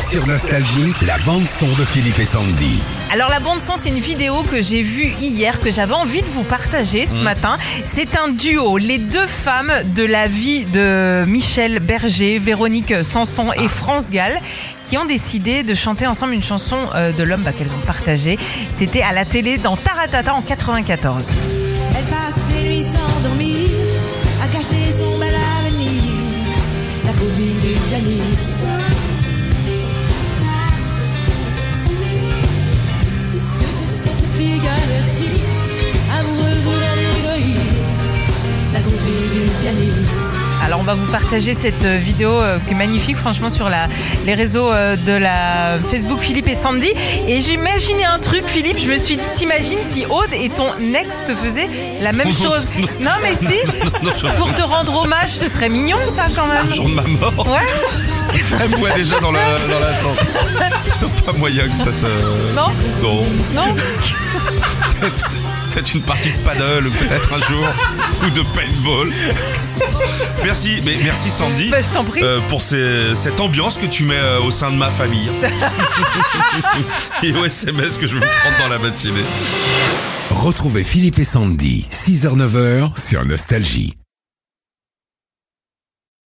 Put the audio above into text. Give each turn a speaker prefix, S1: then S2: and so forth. S1: Sur Nostalgie, la bande-son de Philippe et Sandy.
S2: Alors la bande son, c'est une vidéo que j'ai vue hier que j'avais envie de vous partager ce matin. C'est un duo, les deux femmes de la vie de Michel Berger, Véronique Sanson et France Gall, qui ont décidé de chanter ensemble une chanson euh, de l'homme bah, qu'elles ont partagée. C'était à la télé dans Taratata en 94.
S3: Elle passe les nuits sans dormir, à cacher son bel avenir, la copine du pianiste. Toute cette fille un artiste, amoureuse d'un égoïste, la copine du pianiste.
S2: Alors on va vous partager cette euh, vidéo euh, qui est magnifique franchement sur la, les réseaux euh, de la Facebook Philippe et Sandy. Et j'imaginais un truc Philippe, je me suis dit t'imagines si Aude et ton ex te faisaient la même chose. Non mais si, pour te rendre hommage ce serait mignon ça quand même.
S4: jour de ma mort.
S2: Ouais,
S4: Elle voit déjà dans la, dans la tente. Pas moyen que ça se.
S2: Non.
S4: Non.
S2: non
S4: Peut-être peut-être une partie de paddle, peut-être un jour. Ou de paintball. Merci, mais merci Sandy.
S2: Bah, je t'en prie.
S4: euh, pour ces- cette ambiance que tu mets euh, au sein de ma famille. Et au SMS que je vais me prendre dans la matinée.
S1: Retrouvez Philippe et Sandy, 6h-9h sur Nostalgie.